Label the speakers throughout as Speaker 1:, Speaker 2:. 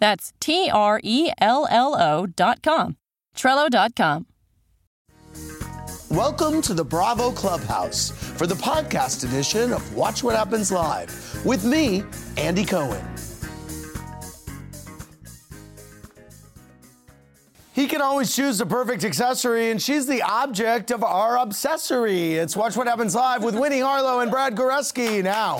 Speaker 1: That's T R E L L O.com. Trello.com.
Speaker 2: Welcome to the Bravo Clubhouse for the podcast edition of Watch What Happens Live with me, Andy Cohen. He can always choose the perfect accessory, and she's the object of our obsessory. It's Watch What Happens Live with Winnie Harlow and Brad Goreski now.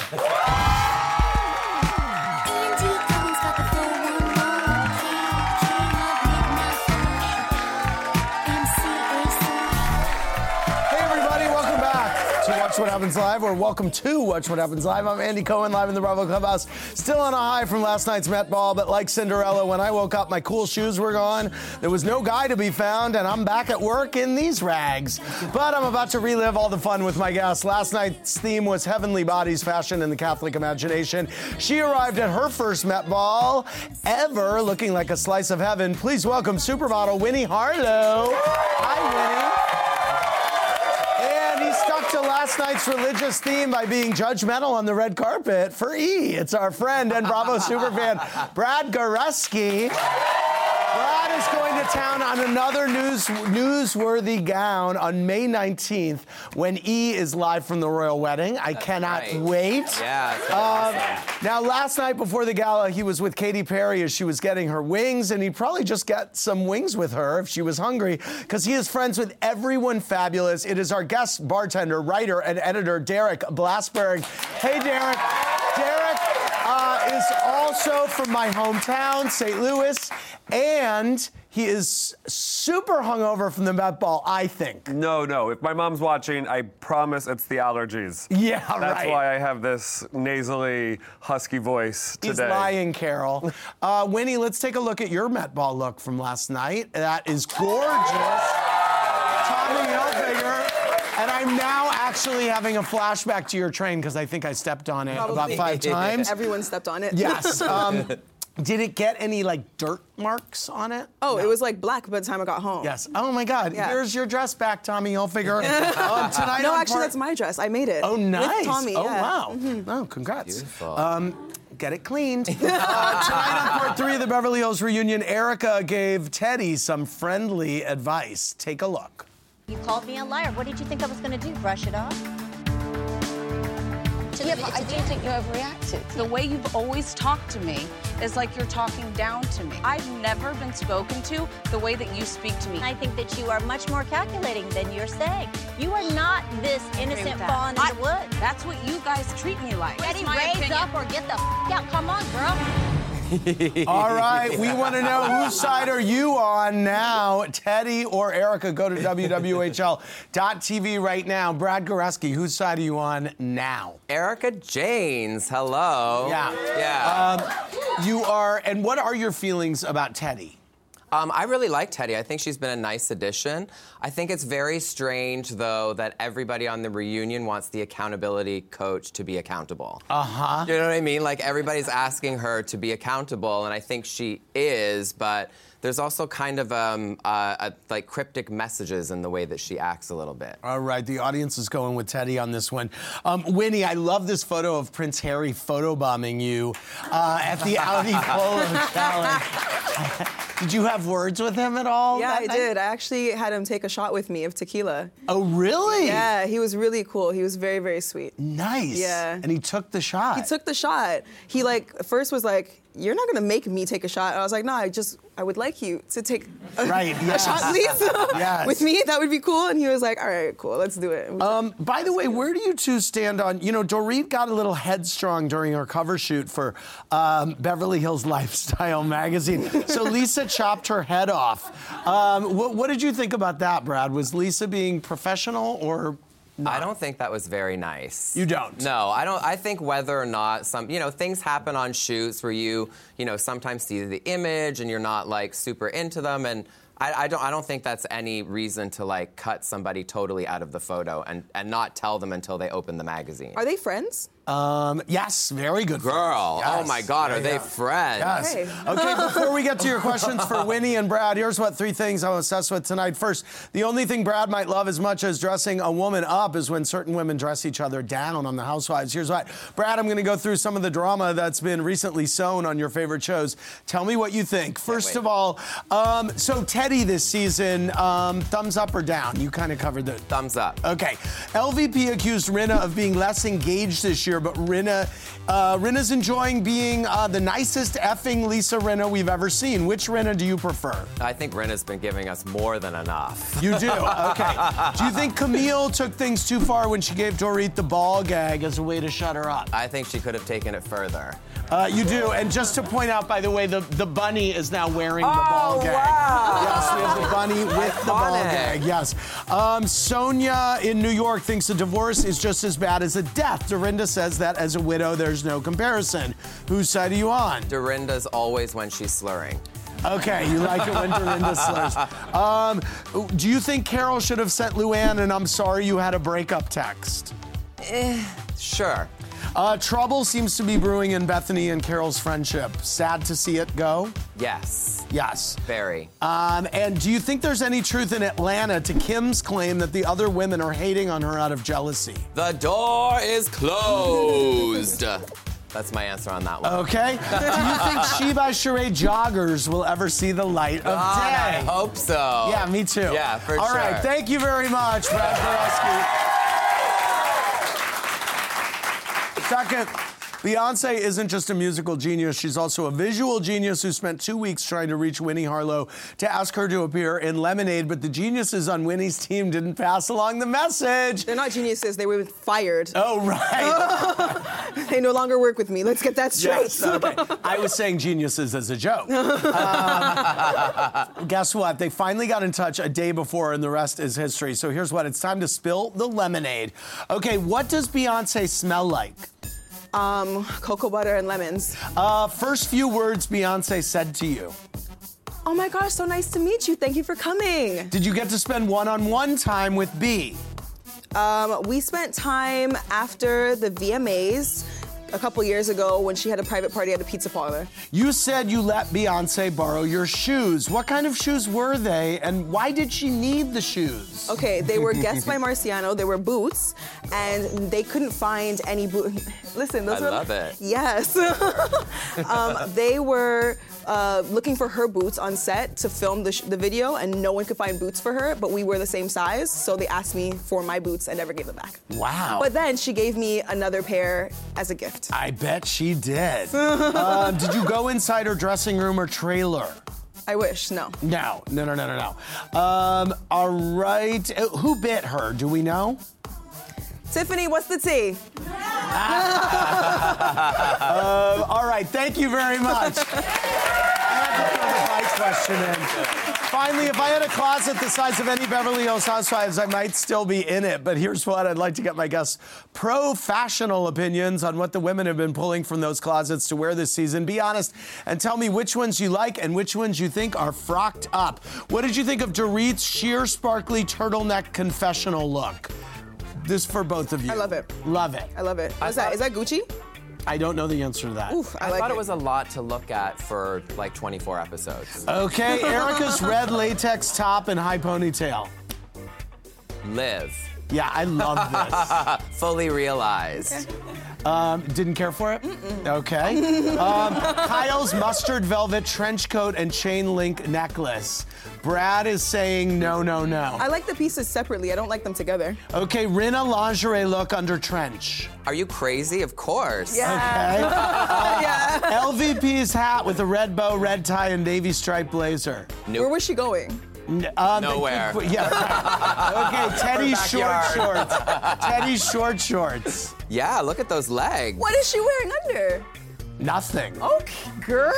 Speaker 2: Hey, everybody, welcome back to Watch What Happens Live, or welcome to Watch What Happens Live. I'm Andy Cohen, live in the Bravo Clubhouse. Still on a high from last night's Met Ball, but like Cinderella, when I woke up, my cool shoes were gone. There was no guy to be found, and I'm back at work in these rags. But I'm about to relive all the fun with my guests. Last night's theme was Heavenly Bodies, Fashion, and the Catholic Imagination. She arrived at her first Met Ball ever, looking like a slice of heaven. Please welcome supermodel Winnie Harlow. Hi, Winnie. And he stuck to last night's religious theme by being judgmental on the red carpet for E. It's our friend and Bravo superfan, Brad Goreski. Brad is going to town on another news, newsworthy gown on May 19th when E is live from the royal wedding. I cannot
Speaker 3: right.
Speaker 2: wait.
Speaker 3: Yeah. it's
Speaker 2: Um,
Speaker 3: awesome.
Speaker 2: now, last night before the gala, he was with Katy Perry as she was getting her wings, and he'd probably just get some wings with her if she was hungry, because he is friends with everyone fabulous. It is our guest bartender, writer, and editor, Derek Blasberg. Hey, Derek. Derek uh, is also from my hometown, St. Louis, and he is super hungover from the Met Ball, I think.
Speaker 4: No, no. If my mom's watching, I promise it's the allergies.
Speaker 2: Yeah,
Speaker 4: That's
Speaker 2: right.
Speaker 4: why I have this nasally, husky voice today.
Speaker 2: He's lying, Carol. Uh, Winnie, let's take a look at your Met Ball look from last night. That is gorgeous. Tommy Hilfiger. And I'm now actually having a flashback to your train because I think I stepped on it about
Speaker 5: Probably.
Speaker 2: five times.
Speaker 5: Everyone stepped on it.
Speaker 2: yes. Um, did it get any like dirt marks on it?
Speaker 5: oh, it was like black by the time I got home.
Speaker 2: Yes. Oh my God.
Speaker 5: Yeah.
Speaker 2: Here's your dress back, Tommy Hilfiger. um, tonight
Speaker 5: No,
Speaker 2: on
Speaker 5: actually,
Speaker 2: Par-
Speaker 5: that's my dress. I made it.
Speaker 2: Oh, nice.
Speaker 5: With Tommy.
Speaker 2: oh,
Speaker 5: yeah. Mm-hmm.
Speaker 2: wow. Oh, congrats. Um, get it cleaned. uh, tonight on part three of the Beverly Hills reunion, Erica gave Teddy some friendly advice. Take a look.
Speaker 6: You called me a liar. What did you think I was going to do? Brush it off? To
Speaker 7: Yeah,
Speaker 6: the-
Speaker 7: but
Speaker 6: to
Speaker 7: I
Speaker 6: the-
Speaker 7: do think you overreacted. The way you've always talked to me is like you're talking down to me. I've never been spoken to the way that you speak to me.
Speaker 6: I think that you are much more calculating than you're saying. You are not this innocent fawn in
Speaker 7: I-
Speaker 6: the woods.
Speaker 7: That's what you guys treat me like.
Speaker 6: Betty,
Speaker 7: That's my
Speaker 6: raise
Speaker 7: opinion.
Speaker 6: up or get the f- out. Come on, girl.
Speaker 2: All right, we want to know whose side are you on now, Teddy or Erica? Go to WWHL.tv right now. Brad Goreski, whose side are you on now?
Speaker 3: Erica Janes. Hello.
Speaker 2: Yeah. Uh,
Speaker 3: Yeah.
Speaker 2: Um, You are, and what are your feelings about Teddy?
Speaker 3: Um, I really like Teddy. I think she's been a nice addition. I think it's very strange, though, that everybody on the reunion wants the accountability coach to be accountable. Uh huh. You know what I mean? Like everybody's asking her to be accountable, and I think she is, but. There's also kind of um, uh, uh, like cryptic messages in the way that she acts a little bit.
Speaker 2: All right, the audience is going with Teddy on this one. Um, Winnie, I love this photo of Prince Harry photobombing you uh, at the Audi Polo Challenge. Did you have words with him at all?
Speaker 5: Yeah,
Speaker 2: that
Speaker 5: I
Speaker 2: night?
Speaker 5: did. I actually had him take a shot with me of tequila.
Speaker 2: Oh, really?
Speaker 5: Yeah, he was really cool. He was very, very sweet.
Speaker 2: Nice.
Speaker 5: Yeah.
Speaker 2: And he took the shot.
Speaker 5: He took the shot. He like first was like, you're not gonna make me take a shot. And I was like, no, I just, I would like you to take a,
Speaker 2: Right,
Speaker 5: a
Speaker 2: yes.
Speaker 5: shot, please,
Speaker 2: Yes.
Speaker 5: with me. That would be cool. And he was like, all right, cool, let's do it. And we-
Speaker 2: Um, by the way, where do you two stand on? You know, Doreen got a little headstrong during her cover shoot for um, Beverly Hills Lifestyle magazine. So Lisa chopped her head off. Um, what, what did you think about that, Brad? Was Lisa being professional or?
Speaker 3: I don't think that was very nice.
Speaker 2: You don't?
Speaker 3: No, I don't. I think whether or not some, you know, things happen on shoots where you, you know, sometimes see the image and you're not like super into them, and I, I don't, I don't think that's any reason to like cut somebody totally out of the photo and and not tell them until they open the magazine.
Speaker 2: Oh.
Speaker 5: Are they friends?
Speaker 2: Um, yes, very good. friends.
Speaker 3: Girl, oh
Speaker 2: Yes.
Speaker 3: my God, are
Speaker 2: Yeah,
Speaker 3: they
Speaker 2: yeah.
Speaker 3: friends?
Speaker 2: Yes.
Speaker 5: Okay.
Speaker 2: Okay, before we get to your questions for Winnie and Brad, here's what three things I'm obsessed with tonight. First, the only thing Brad might love as much as dressing a woman up is when certain women dress each other down on the housewives. Here's why. Brad, I'm going to go through some of the drama that's been recently sown on your favorite shows. Tell me what you think. First
Speaker 3: wait.
Speaker 2: of all, um, so Teddy this season, um, thumbs up or down? You kind of covered the.
Speaker 3: Thumbs up.
Speaker 2: Okay. LVP accused Rinna of being less engaged this year, but Rinna, uh, Rinna's enjoying being uh, the nicest effing Lisa Rinna we've ever seen. Which Rinna do you prefer?
Speaker 3: I think Rena's been giving us more than enough.
Speaker 2: You do. Okay. do you think Camille took things too far when she gave Dorit the ball gag as a way to shut her up?
Speaker 3: I think she could have taken it further.
Speaker 2: Uh, you do. And just to point out, by the way, the, the bunny is now wearing the ball gag. Yes, we have the bunny with the ball
Speaker 3: Iconic.
Speaker 2: gag. Yes. Um, Sonia in New York thinks a divorce is just as bad as a death. Dorinda says that as a widow, there's no comparison. Whose side are you on?
Speaker 3: Dorinda's always when she's slurring.
Speaker 2: Okay, you like it when Dorinda slurs. Um, do you think Carol should have sent Luann an I'm sorry you had a breakup text?
Speaker 3: Sure.
Speaker 2: Uh, trouble seems to be brewing in Bethany and Carol's friendship. Sad to see it go.
Speaker 3: Yes.
Speaker 2: Yes.
Speaker 3: Very.
Speaker 2: Um, and do you think there's any truth in Atlanta to Kim's claim that the other women are hating on her out of jealousy?
Speaker 3: The door is closed. That's my answer on that one.
Speaker 2: Okay. do you think She by Sheree joggers will ever see the light of
Speaker 3: God, I
Speaker 2: day?
Speaker 3: hope so.
Speaker 2: Yeah, me too.
Speaker 3: Oh. Yeah, for
Speaker 2: All
Speaker 3: sure.
Speaker 2: right, thank you very much, Brad Boreski. Second, Beyonce isn't just a musical genius, she's also a visual genius who spent two weeks trying to reach Winnie Harlow to ask her to appear in Lemonade, but the geniuses on Winnie's team didn't pass along the message.
Speaker 5: They're not geniuses. They were fired.
Speaker 2: Oh, right.
Speaker 5: They no longer work with me. Let's get that straight.
Speaker 2: Yes, okay. I was saying geniuses as a joke. Um, guess what? They finally got in touch a day before, and the rest is history. So here's what it's time to spill the lemonade. Okay, what does Beyonce smell like?
Speaker 5: Um, cocoa butter and lemons.
Speaker 2: Uh, first few words Beyonce said to you.
Speaker 5: Oh my gosh, so nice to meet you. Thank you for coming.
Speaker 2: Did you get to spend one on one time with B?
Speaker 5: Um, we spent time after the VMAs a couple years ago when she had a private party at a pizza parlor.
Speaker 2: You said you let Beyonce borrow your shoes. What kind of shoes were they, and why did she need the shoes?
Speaker 5: Okay, they were Guessed by Marciano. They were boots, and they couldn't find any boot. Listen, those
Speaker 3: I
Speaker 5: were.
Speaker 3: love it.
Speaker 5: Yes. um, they were uh, looking for her boots on set to film the, sh- the video, and no one could find boots for her, but we were the same size, so they asked me for my boots. I never gave them back.
Speaker 2: Wow.
Speaker 5: But then she gave me another pair as a gift.
Speaker 2: I bet she did. um, did you go inside her dressing room or trailer?
Speaker 5: I wish, no.
Speaker 2: No, no, no, no, no, no. Um, all right. Uh, Who bit her? Do we know?
Speaker 5: Tiffany, what's the tea?
Speaker 2: Uh, all right. Thank you very much. I have to throw the bike question in. Finally, if I had a closet the size of any Beverly Hills Housewives, I might still be in it. But here's what I'd like to get my guests' professional opinions on what the women have been pulling from those closets to wear this season. Be honest and tell me which ones you like and which ones you think are frocked up. What did you think of Dorit's sheer, sparkly turtleneck confessional look? This for both of you. I
Speaker 5: love it.
Speaker 2: Love it.
Speaker 5: I love it. What's that? Is that Gucci?
Speaker 2: I don't know the answer to that.
Speaker 5: Oof, I,
Speaker 3: I
Speaker 5: like
Speaker 3: thought it was a lot to look at for like 24 episodes.
Speaker 2: Okay, Erica's red latex top and high ponytail.
Speaker 3: Live.
Speaker 2: Yeah, I love this.
Speaker 3: Fully realized.
Speaker 2: Um, didn't care for it? Okay. Um, Kyle's mustard velvet trench coat and chain link necklace. Brad is saying no, no, no.
Speaker 5: I like the pieces separately. I don't like them together.
Speaker 2: Okay, Rina lingerie look under trench.
Speaker 3: Are you crazy? Of course.
Speaker 2: Okay.
Speaker 5: Ah.
Speaker 3: Oh.
Speaker 2: LVP's hat with a red bow, red tie, and navy striped blazer.
Speaker 5: Where was she going?
Speaker 2: Um,
Speaker 3: Nowhere.
Speaker 2: Yeah. Right. Okay, Teddy's short
Speaker 3: backyard.
Speaker 2: shorts. Teddy's short shorts.
Speaker 3: Yeah, look at those legs.
Speaker 5: What is she wearing under?
Speaker 2: Nothing.
Speaker 5: Okay, girl.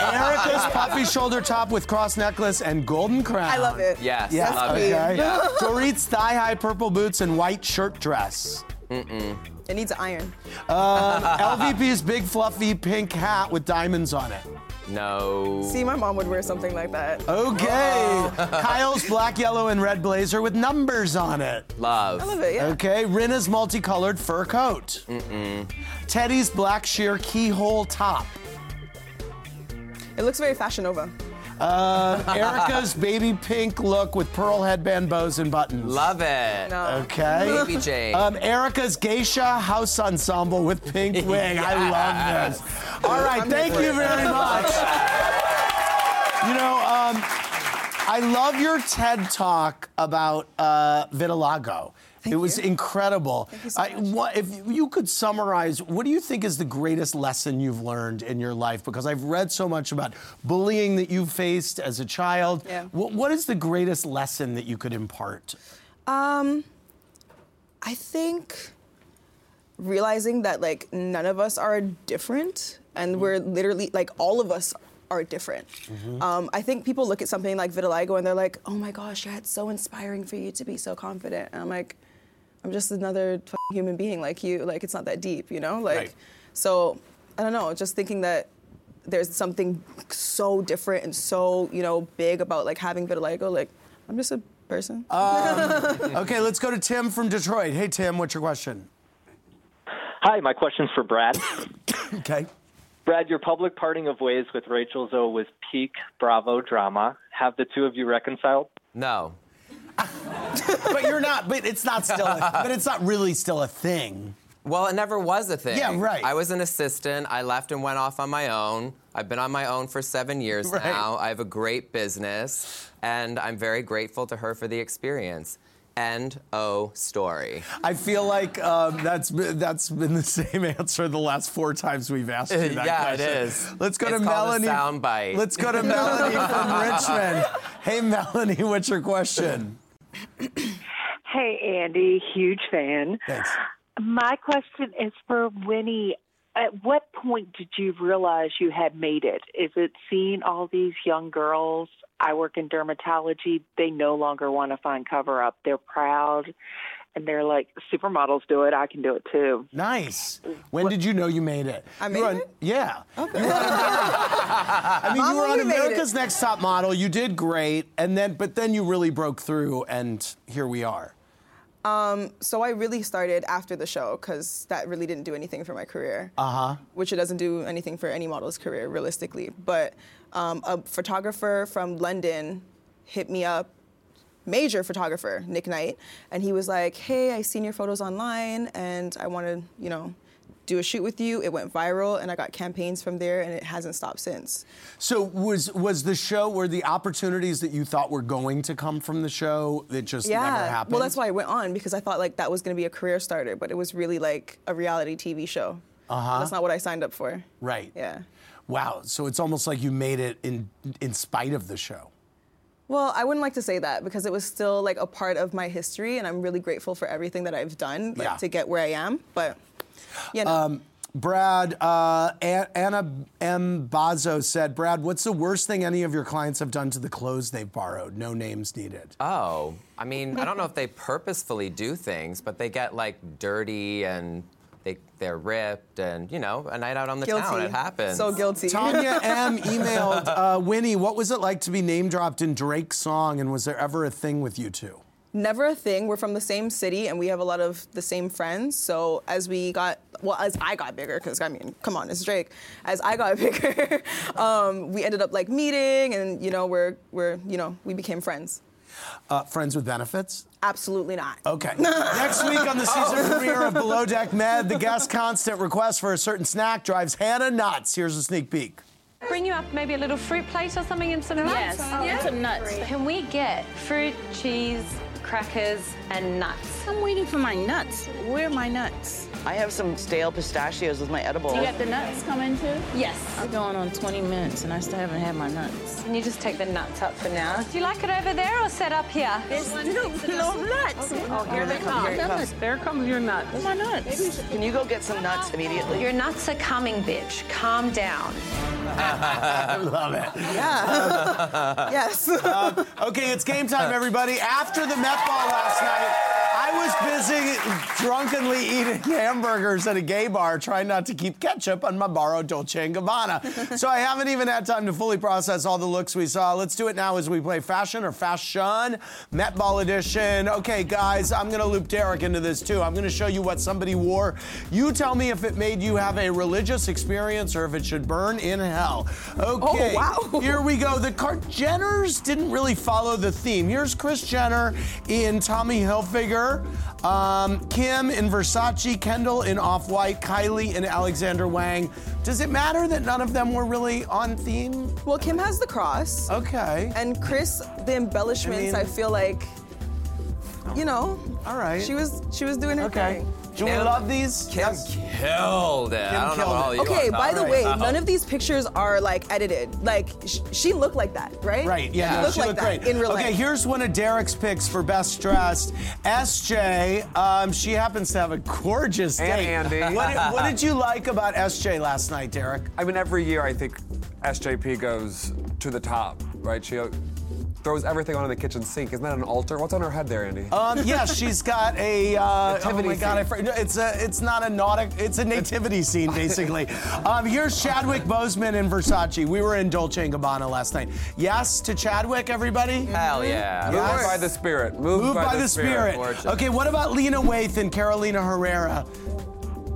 Speaker 2: Erica's puffy shoulder top with cross necklace and golden crown.
Speaker 5: I love it.
Speaker 3: Yes,
Speaker 2: Yeah,
Speaker 3: love
Speaker 5: me.
Speaker 3: it.
Speaker 2: okay. Dorit's thigh high purple boots and white shirt dress.
Speaker 5: It needs an iron.
Speaker 2: Um, LVP's big fluffy pink hat with diamonds on it.
Speaker 3: No.
Speaker 5: See, my mom would wear something like that.
Speaker 2: Okay. Kyle's black, yellow, and red blazer with numbers on it.
Speaker 3: Love.
Speaker 5: I love it. Yeah.
Speaker 2: Okay. Rinna's multicolored fur coat. Teddy's black sheer keyhole top.
Speaker 5: It looks very Fashion Nova.
Speaker 2: Erica's baby pink look with pearl headband bows and buttons.
Speaker 3: Love it.
Speaker 5: No.
Speaker 2: Okay.
Speaker 3: Baby Jane.
Speaker 2: Um, Erica's geisha house ensemble with pink wig. I love
Speaker 3: Yes.
Speaker 2: this. All right,
Speaker 5: I'm
Speaker 2: thank
Speaker 5: here for
Speaker 2: you
Speaker 5: it.
Speaker 2: very much. you know, um, I love your TED talk about uh, vitiligo. it was incredible.
Speaker 5: you so
Speaker 2: I-
Speaker 5: much.
Speaker 2: what- if you could summarize, what do you think is the greatest lesson you've learned in your life? Because I've read so much about bullying that you faced as a child.
Speaker 5: Yeah.
Speaker 2: What, what is the greatest lesson that you could impart?
Speaker 5: Um, I think realizing that like none of us are different, and we're literally like all of us are different. Um, I think people look at something like vitiligo and they're like, "Oh my gosh, yeah, it's so inspiring for you to be so confident." And I'm like, "I'm just another f***ing human being like you. Like it's not that deep, you know." Like,
Speaker 2: Right.
Speaker 5: so I don't know. Just thinking that there's something so different and so you know big about like having vitiligo. Like I'm just a person.
Speaker 2: Okay, let's go to Tim from Detroit. Hey, Tim, what's your question?
Speaker 8: Hi, my question's for Brad.
Speaker 2: Okay.
Speaker 8: Brad, your public parting of ways with Rachel Zoe was peak Bravo drama. Have the two of you reconciled?
Speaker 3: no.
Speaker 2: But you're not, but it's not still, a, but it's not really still a thing.
Speaker 3: Well, it never was a thing.
Speaker 2: Yeah, right.
Speaker 3: I was an assistant. I left and went off on my own. I've been on my own for seven years
Speaker 2: Right.
Speaker 3: now. I have a great business, and I'm very grateful to her for the experience. End O story.
Speaker 2: I feel like um, that's been- that's been the same answer the last four times we've asked you that
Speaker 3: Yeah, it
Speaker 2: question.
Speaker 3: is.
Speaker 2: Let's go
Speaker 3: It's
Speaker 2: to
Speaker 3: called a
Speaker 2: Melanie.
Speaker 3: soundbite.
Speaker 2: Let's go to Melanie from Richmond. Hey, Melanie, what's your question?
Speaker 9: Hey, Andy, huge fan.
Speaker 2: Thanks.
Speaker 9: My question is for Winnie. At what point did you realize you had made it? Is it seeing all these young girls? I work in dermatology. They no longer want to find cover up. They're proud and they're like, supermodels do it. I can do it too.
Speaker 2: Nice. When did you know you made it? I
Speaker 5: made it?
Speaker 2: Yeah. You were on America- I mean, you
Speaker 5: Mama,
Speaker 2: were on
Speaker 5: you made it.
Speaker 2: America's Next Top Model. You did great, and then but then you really broke through, and here we are.
Speaker 5: so I really started after the show because that really didn't do anything for my career. Uh huh. Which it doesn't do anything for any model's career, realistically. But um, a photographer from London hit me up, major photographer, Nick Knight, and he was like, "Hey, I seen your photos online, and I want to, you know." Do a shoot with you. It went viral, and I got campaigns from there, and it hasn't stopped since.
Speaker 2: So was was the show were the opportunities that you thought were going to come from the show that just never happened?
Speaker 5: Well, that's why I went on because I thought like that was going to be a career starter, but it was really like a reality TV show. Uh-huh. That's not what I signed up for.
Speaker 2: Right.
Speaker 5: Yeah.
Speaker 2: Wow. So it's almost like you made it in in spite of the show.
Speaker 5: Well, I wouldn't like to say that because it was still like a part of my history, and I'm really grateful for everything that I've done like,
Speaker 2: Yeah. Um,
Speaker 5: to get where I am. But you know,
Speaker 2: Brad, uh, A- Anna M. Bazzo said, Brad, what's the worst thing any of your clients have done to the clothes they've borrowed? No names needed.
Speaker 3: Oh, I mean, I don't know if they purposefully do things, but they get like dirty and they they're ripped and you know a night out on the
Speaker 5: guilty.
Speaker 3: town. It happens.
Speaker 5: So guilty.
Speaker 2: Tanya M. emailed, uh, Winnie, what was it like to be name dropped in Drake's song, and was there ever a thing with you two?
Speaker 5: never a thing. We're from the same city and we have a lot of the same friends. So as we got, well, as I got bigger, because I mean, come on, it's Drake. As I got bigger, um, we ended up like meeting, and you know, we're we're you know, we became friends.
Speaker 2: Uh, friends with benefits?
Speaker 5: Absolutely not.
Speaker 2: Okay. Next week on the season premiere of Below Deck Med, the guest constant request for a certain snack drives Hannah nuts. Here's a sneak peek.
Speaker 7: Bring you up maybe a little fruit plate or something and some nuts. Oh,
Speaker 10: Yes, and some nuts.
Speaker 7: Can we get fruit, cheese, crackers, and nuts?
Speaker 10: I'm waiting for my nuts. Where are my nuts?
Speaker 11: I have some stale pistachios with my edible.
Speaker 10: You got the nuts coming too?
Speaker 7: Yes.
Speaker 10: I'm going on 20 minutes and I still haven't had my nuts.
Speaker 7: Can you just take the nuts up for now? Do you like it over there or set up here?
Speaker 10: There's no, no nuts.
Speaker 11: Oh, here they come. Here it comes.
Speaker 10: There comes your nuts. Where's my nuts?
Speaker 11: Can you go get some nuts immediately?
Speaker 7: Your nuts are coming, bitch. Calm down.
Speaker 2: I love it.
Speaker 5: yes.
Speaker 2: Okay, it's game time, everybody. After the Met Ball last night, I was busy drunkenly eating hamburgers at a gay bar, trying not to keep ketchup on my borrowed Dolce and Gabbana. so I haven't even had time to fully process all the looks we saw. Let's do it now as we play fashion or fashion Met Ball edition. Okay, guys, I'm gonna loop Derek into this too. I'm gonna show you what somebody wore. You tell me if it made you have a religious experience or if it should burn in hell. Okay.
Speaker 5: wow.
Speaker 2: Here we go. The Kar- Jenners didn't really follow the theme. Here's Chris Jenner in Tommy Hilfiger, um, Kim in Versace, Kendall in Off White, Kylie in Alexander Wang. Does it matter that none of them were really on theme?
Speaker 5: Well, Kim has the cross,
Speaker 2: Okay.
Speaker 5: and Chris, the embellishments.
Speaker 2: I
Speaker 5: I,
Speaker 2: mean-
Speaker 5: feel like, you know,
Speaker 2: All right.
Speaker 5: she was she was doing her
Speaker 2: okay.
Speaker 5: thing.
Speaker 2: Do we
Speaker 3: Kim-
Speaker 2: love these?
Speaker 3: Kim
Speaker 2: Yes.
Speaker 3: killed it. I don't know
Speaker 2: killed
Speaker 3: what all
Speaker 2: it.
Speaker 3: you
Speaker 5: Okay,
Speaker 3: are
Speaker 5: by the
Speaker 3: about.
Speaker 5: way, none of these pictures are like edited. Like sh- she looked like that, right?
Speaker 2: Right, yeah,
Speaker 5: She
Speaker 2: no,
Speaker 5: looked like that in real
Speaker 2: okay,
Speaker 5: life.
Speaker 2: here's one of Derek's picks for best dressed. SJ, um, she happens to have a gorgeous
Speaker 4: And
Speaker 2: date.
Speaker 4: Andy.
Speaker 2: What, did- what did you like about SJ last night, Derek?
Speaker 4: I mean, every year I think SJP goes to the top, right? She uh, throws everything onto the kitchen sink. Isn't that an altar? What's on her head there, Andy?
Speaker 2: Um, yeah, she's got a. Uh, oh
Speaker 4: Nativity
Speaker 2: my God, I,
Speaker 4: scene.
Speaker 2: fr- no, it's a. It's not a nautic. It's a nativity scene, basically. Um, here's Chadwick Boseman in Versace. We were in Dolce and Gabbana last night. Yes to Chadwick, everybody.
Speaker 3: Hell yeah.
Speaker 4: Moved by the spirit. Moved,
Speaker 2: Moved by, the, spirit.
Speaker 3: Gorgeous.
Speaker 2: Okay, what about Lena Waithe and Carolina Herrera?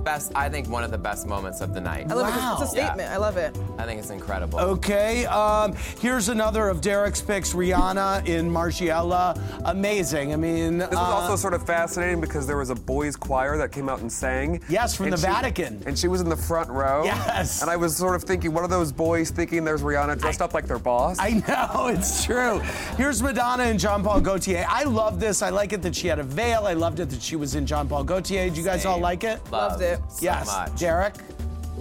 Speaker 3: Best, I think one of the best moments of the night.
Speaker 5: I love it.
Speaker 2: Wow.
Speaker 5: It's a statement. I love it.
Speaker 3: I think it's incredible.
Speaker 2: Okay, um, here's another of Derek's picks. Rihanna in Margiela. Amazing. I mean,
Speaker 4: This
Speaker 2: uh,
Speaker 4: was also sort of fascinating because there was a boys' choir that came out and sang.
Speaker 2: Yes, from
Speaker 4: And
Speaker 2: the Vatican.
Speaker 4: And she was in the front row.
Speaker 2: Yes.
Speaker 4: And I was sort of thinking, what are those boys thinking? There's Rihanna dressed up like their boss.
Speaker 2: I know, it's true. Here's Madonna and Jean Paul Gaultier. I love this. I like it that she had a veil. I loved it that she was in Jean Paul Gaultier. Did you guys all
Speaker 3: Same.
Speaker 2: like it?
Speaker 3: Loved
Speaker 5: it.
Speaker 3: So
Speaker 2: yes.
Speaker 3: much.
Speaker 2: Derek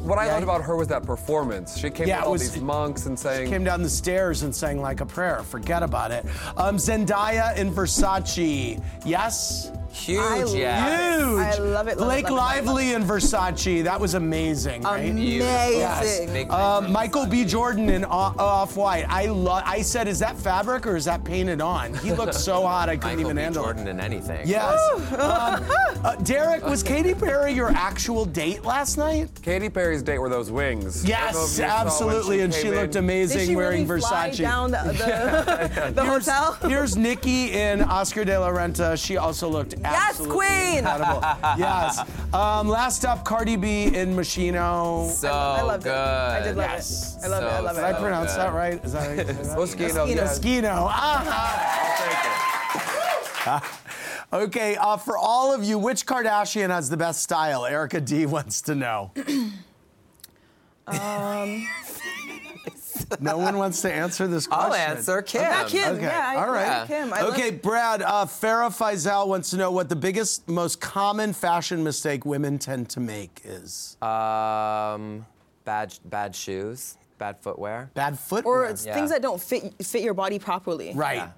Speaker 4: what I
Speaker 2: Yeah.
Speaker 4: loved about her was that performance. She came
Speaker 2: Yeah,
Speaker 4: with
Speaker 2: it
Speaker 4: all
Speaker 2: was-
Speaker 4: these monks and saying,
Speaker 2: came down the stairs and sang like a prayer. Forget about it. Um, Zendaya and Versace. Yes?
Speaker 3: Huge,
Speaker 5: I
Speaker 3: yeah.
Speaker 2: Huge.
Speaker 5: I love it, love it,
Speaker 2: Blake
Speaker 5: love it, love it, love
Speaker 2: Lively and Versace. That was amazing, right?
Speaker 5: Amazing.
Speaker 3: Big
Speaker 2: Um,
Speaker 3: picture.
Speaker 2: Michael B. Jordan in Off White. I love. I said, is that fabric or is that painted on? He looked so hot, I couldn't
Speaker 3: Michael
Speaker 2: even
Speaker 3: B.
Speaker 2: handle it.
Speaker 3: Jordan in anything.
Speaker 2: Yes. Um, uh, Derek, was Katy Perry your actual date last night?
Speaker 4: Katy Perry's date were those wings. I don't know if you
Speaker 2: Yes,
Speaker 4: saw when
Speaker 2: absolutely. and she
Speaker 4: came
Speaker 2: looked
Speaker 4: in.
Speaker 2: amazing
Speaker 5: Did she
Speaker 2: wearing
Speaker 5: really fly
Speaker 2: Versace.
Speaker 5: down the, the, the
Speaker 2: Here's,
Speaker 5: hotel?
Speaker 2: here's Nikki in Oscar de la Renta. She also looked absolutely
Speaker 5: queen!
Speaker 2: incredible. yes. Um, last up, Cardi B in Machino.
Speaker 3: So
Speaker 5: I loved
Speaker 3: good.
Speaker 5: it. I did love
Speaker 2: Yes.
Speaker 5: it. I love it. I
Speaker 3: So
Speaker 5: love
Speaker 2: Did
Speaker 5: it. I
Speaker 2: I
Speaker 5: love it.
Speaker 2: pronounce
Speaker 3: good.
Speaker 2: that right? Is that how you say that?
Speaker 4: Moschino,
Speaker 5: Moschino.
Speaker 4: yes.
Speaker 2: Moschino. Ah. Okay, uh, for all of you, which Kardashian has the best style? Erica D wants to know. um. no one wants to answer this question.
Speaker 3: I'll answer Kim.
Speaker 5: Not Kim.
Speaker 2: Okay,
Speaker 5: Yeah, I,
Speaker 2: all right.
Speaker 5: yeah, Kim. I love
Speaker 2: okay, Brad, uh, Farah Faisal wants to know what the biggest, most common fashion mistake women tend to make is.
Speaker 3: Um, bad, bad shoes, bad footwear.
Speaker 2: Bad footwear.
Speaker 5: or it's
Speaker 3: Yeah.
Speaker 5: things that don't fit fit your body properly.
Speaker 2: right.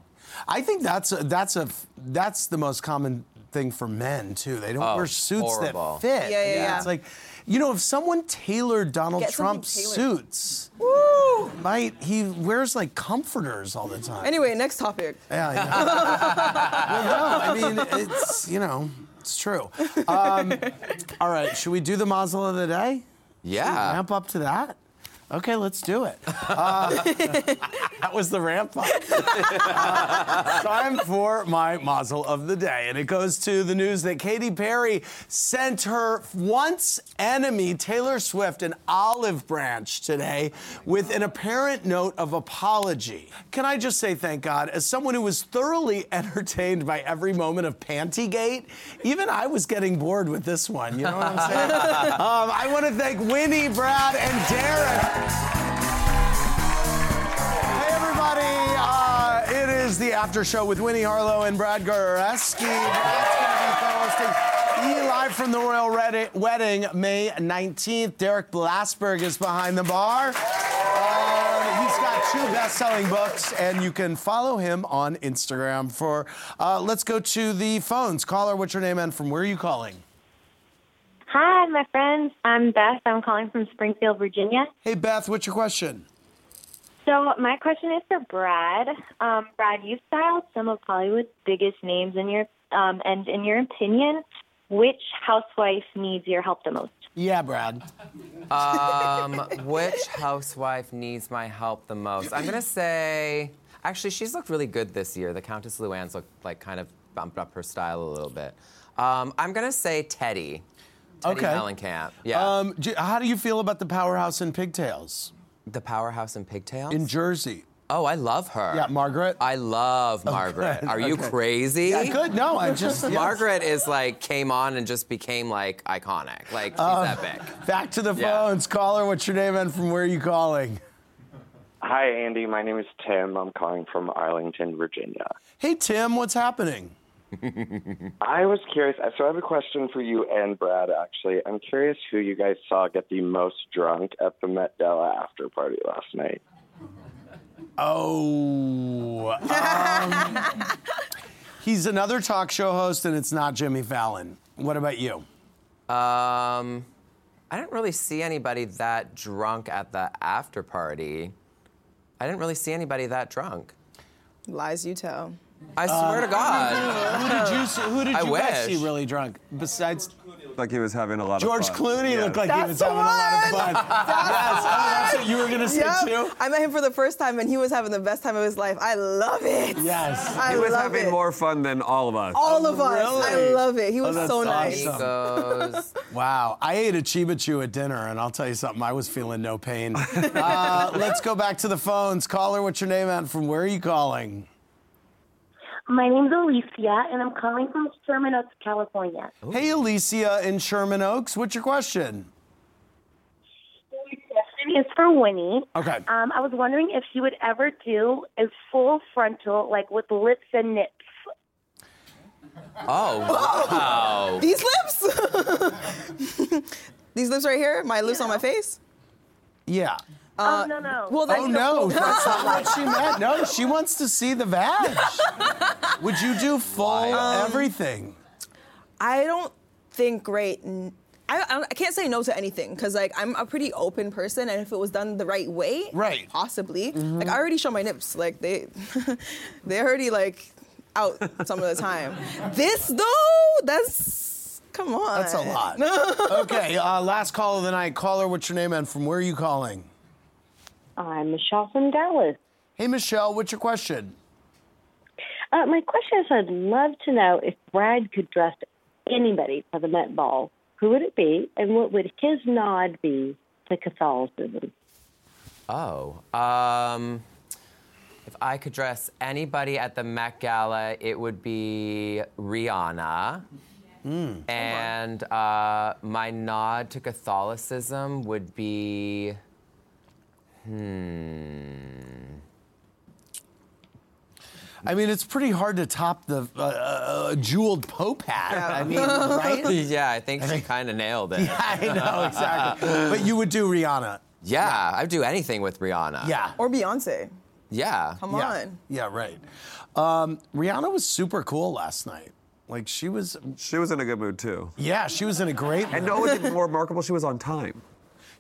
Speaker 2: I think that's a, that's a that's the most common thing for men too. They don't
Speaker 3: Oh,
Speaker 2: wear suits
Speaker 3: horrible.
Speaker 2: that fit.
Speaker 5: Yeah, yeah, yeah.
Speaker 2: It's like, you know, if someone tailored Donald
Speaker 5: Get something
Speaker 2: Trump's
Speaker 5: tailored.
Speaker 2: suits,
Speaker 5: Woo!
Speaker 2: might he wears like comforters all the time.
Speaker 5: Anyway, next topic.
Speaker 2: Yeah, I know. well, no, I mean, it's, you know, it's true. Um, all right, should we do the Mazel of the Day?
Speaker 3: Yeah.
Speaker 2: Ramp up to that? Okay, let's do it. Uh, that was the ramp up. Uh, time for my muzzle of the day, and it goes to the news that Katy Perry sent her once enemy Taylor Swift an olive branch today with an apparent note of apology. Can I just say thank God? As someone who was thoroughly entertained by every moment of Pantygate, even I was getting bored with this one. You know what I'm saying? um, I want to thank Winnie, Brad, and Darren. Hey, everybody. Uh, it is the after show with Winnie Harlow and Brad Goreski. Brad's going to be co-hosting. E live from the Royal Redi- Wedding, May 19th. Derek Blasberg is behind the bar. Uh, he's got two best-selling books, and you can follow him on Instagram for. Uh, let's go to the phones. Caller, what's your name and from where are you calling?
Speaker 12: Hi, my friends. I'm Beth. I'm calling from Springfield, Virginia.
Speaker 2: Hey, Beth, what's your question?
Speaker 12: So my question is for Brad. Um, Brad, you've styled some of Hollywood's biggest names in your um, and in your opinion, which housewife needs your help the most?
Speaker 2: Yeah, Brad.
Speaker 3: Um, which housewife needs my help the most? I'm gonna say, actually, she's looked really good this year. The Countess Luann's looked like kind of bumped up her style a little bit. Um, I'm gonna say Teddy. Teddy
Speaker 2: Okay.
Speaker 3: Mellencamp. Yeah.
Speaker 2: Um, do- how do you feel about the powerhouse in pigtails?
Speaker 3: The powerhouse in pigtails?
Speaker 2: In Jersey.
Speaker 3: Oh, I love her.
Speaker 2: Yeah, Margaret.
Speaker 3: I love Margaret.
Speaker 2: good,
Speaker 3: Are you
Speaker 2: okay.
Speaker 3: crazy?
Speaker 2: Yeah, good. No, I just- yes.
Speaker 3: Margaret is like came on and just became like iconic. Like she's
Speaker 2: Um,
Speaker 3: that big.
Speaker 2: Back to the phones. Caller, what's your name and from where are you calling?
Speaker 13: Hi, Andy. My name is Tim. I'm calling from Arlington, Virginia.
Speaker 2: Hey, Tim, what's happening?
Speaker 13: I was curious. So I have a question for you and Brad, actually. I'm curious who you guys saw get the most drunk at the Met Gala after party last night.
Speaker 2: Oh. um, he's another talk show host, and it's not Jimmy Fallon. What about you?
Speaker 3: Um, I didn't really see anybody that drunk at the after party. I didn't really see anybody that drunk.
Speaker 5: Lies you tell.
Speaker 3: I
Speaker 2: Um,
Speaker 3: swear to God.
Speaker 2: Who did you see? Who did
Speaker 3: I
Speaker 2: you guys
Speaker 3: wish.
Speaker 2: see really drunk? Besides
Speaker 4: Like he was having a lot
Speaker 2: George
Speaker 4: of fun.
Speaker 2: Clooney,
Speaker 4: Yeah.
Speaker 2: looked like he was having a lot of fun. Yes, oh, that's what you were gonna say
Speaker 5: Yup.
Speaker 2: too.
Speaker 5: I met him for the first time, and he was having the best time of his life. I love it.
Speaker 2: Yes.
Speaker 5: I
Speaker 4: he was
Speaker 5: love
Speaker 4: having
Speaker 5: it.
Speaker 4: more fun than all of us.
Speaker 5: All of us. I love it. He was
Speaker 2: that's
Speaker 5: so nice.
Speaker 3: Amigos.
Speaker 2: wow. I ate a Chiba Chew at dinner, and I'll tell you something, I was feeling no pain. Uh, let's go back to the phones. Caller, what's your name and from where are you calling?
Speaker 12: My name's Alicia, and I'm calling from Sherman Oaks, California.
Speaker 2: Hey, Alicia in Sherman Oaks, what's your question?
Speaker 12: My question is for Winnie.
Speaker 2: Okay.
Speaker 12: Um, I was wondering if she would ever do a full frontal, like with lips and nips.
Speaker 3: Oh, wow.
Speaker 5: These lips. These lips right here. My lips on my face.
Speaker 2: Yeah.
Speaker 5: Uh,
Speaker 12: no, no.
Speaker 5: Well,
Speaker 2: oh, no, that's not what she meant. No, she wants to see the vag. Would you do full
Speaker 5: Wild.
Speaker 2: everything?
Speaker 5: I don't think great. I, I, don't- I can't say no to anything because like I'm a pretty open person, and if it was done the right way,
Speaker 2: Right. Mm-hmm.
Speaker 5: possibly. Like I already show my nips, like they, they're already like out some of the time. this though, that's come on.
Speaker 2: That's a lot. okay, uh, last call of the night. Caller, what's your name and from where are you calling?
Speaker 12: I'm Michelle from Dallas.
Speaker 2: Hey, Michelle, what's your question?
Speaker 12: Uh, my question is I'd love to know if Brad could dress anybody for the Met Ball, who would it be, and what would his nod be to Catholicism?
Speaker 3: Oh, um, if I could dress anybody at the Met Gala, it would be Rihanna. And uh, my nod to Catholicism would be, hmm.
Speaker 2: I mean, it's pretty hard to top the uh, uh, jeweled Pope hat. I mean, right?
Speaker 3: yeah, I think she kind of nailed it.
Speaker 2: I know, exactly. but you would do Rihanna.
Speaker 3: Yeah, I'd do anything with Rihanna.
Speaker 2: Yeah.
Speaker 5: Or Beyonce.
Speaker 3: Yeah.
Speaker 5: Come
Speaker 2: yeah.
Speaker 5: on.
Speaker 2: Yeah, right. Um, Rihanna was super cool last night. Like, she was,
Speaker 4: She was in a good mood too.
Speaker 2: yeah, she was in a great
Speaker 4: And no what's even more remarkable, she was on time.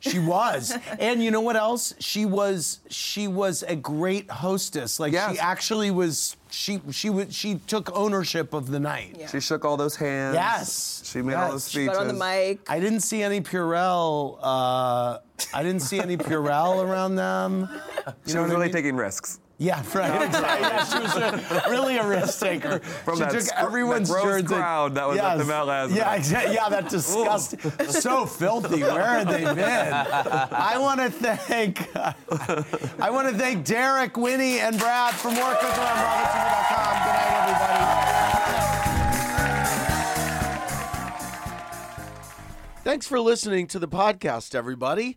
Speaker 2: She was. and you know what else? She was she was a great hostess. Like she actually was she she was she took ownership of the night.
Speaker 4: She shook all those hands.
Speaker 2: Yes.
Speaker 4: She made all those speeches.
Speaker 5: mic.
Speaker 2: I didn't see any Purell. Uh, I didn't see any Purell around them.
Speaker 4: She was really taking risks.
Speaker 2: Yeah, right. yeah, she was a- really a risk taker.
Speaker 4: From
Speaker 2: she
Speaker 4: that
Speaker 2: took
Speaker 4: scr- that
Speaker 2: everyone's
Speaker 4: gross
Speaker 2: jersey-
Speaker 4: crowd that was at the Met last
Speaker 2: Yeah,
Speaker 4: night.
Speaker 2: exactly. Yeah, that disgusting. so filthy. Where had they been? I want to thank. I want to thank Derek, Winnie, and Brad for more cooking on BravoTV.com. Good night, everybody.
Speaker 14: Thanks for listening to the podcast, everybody.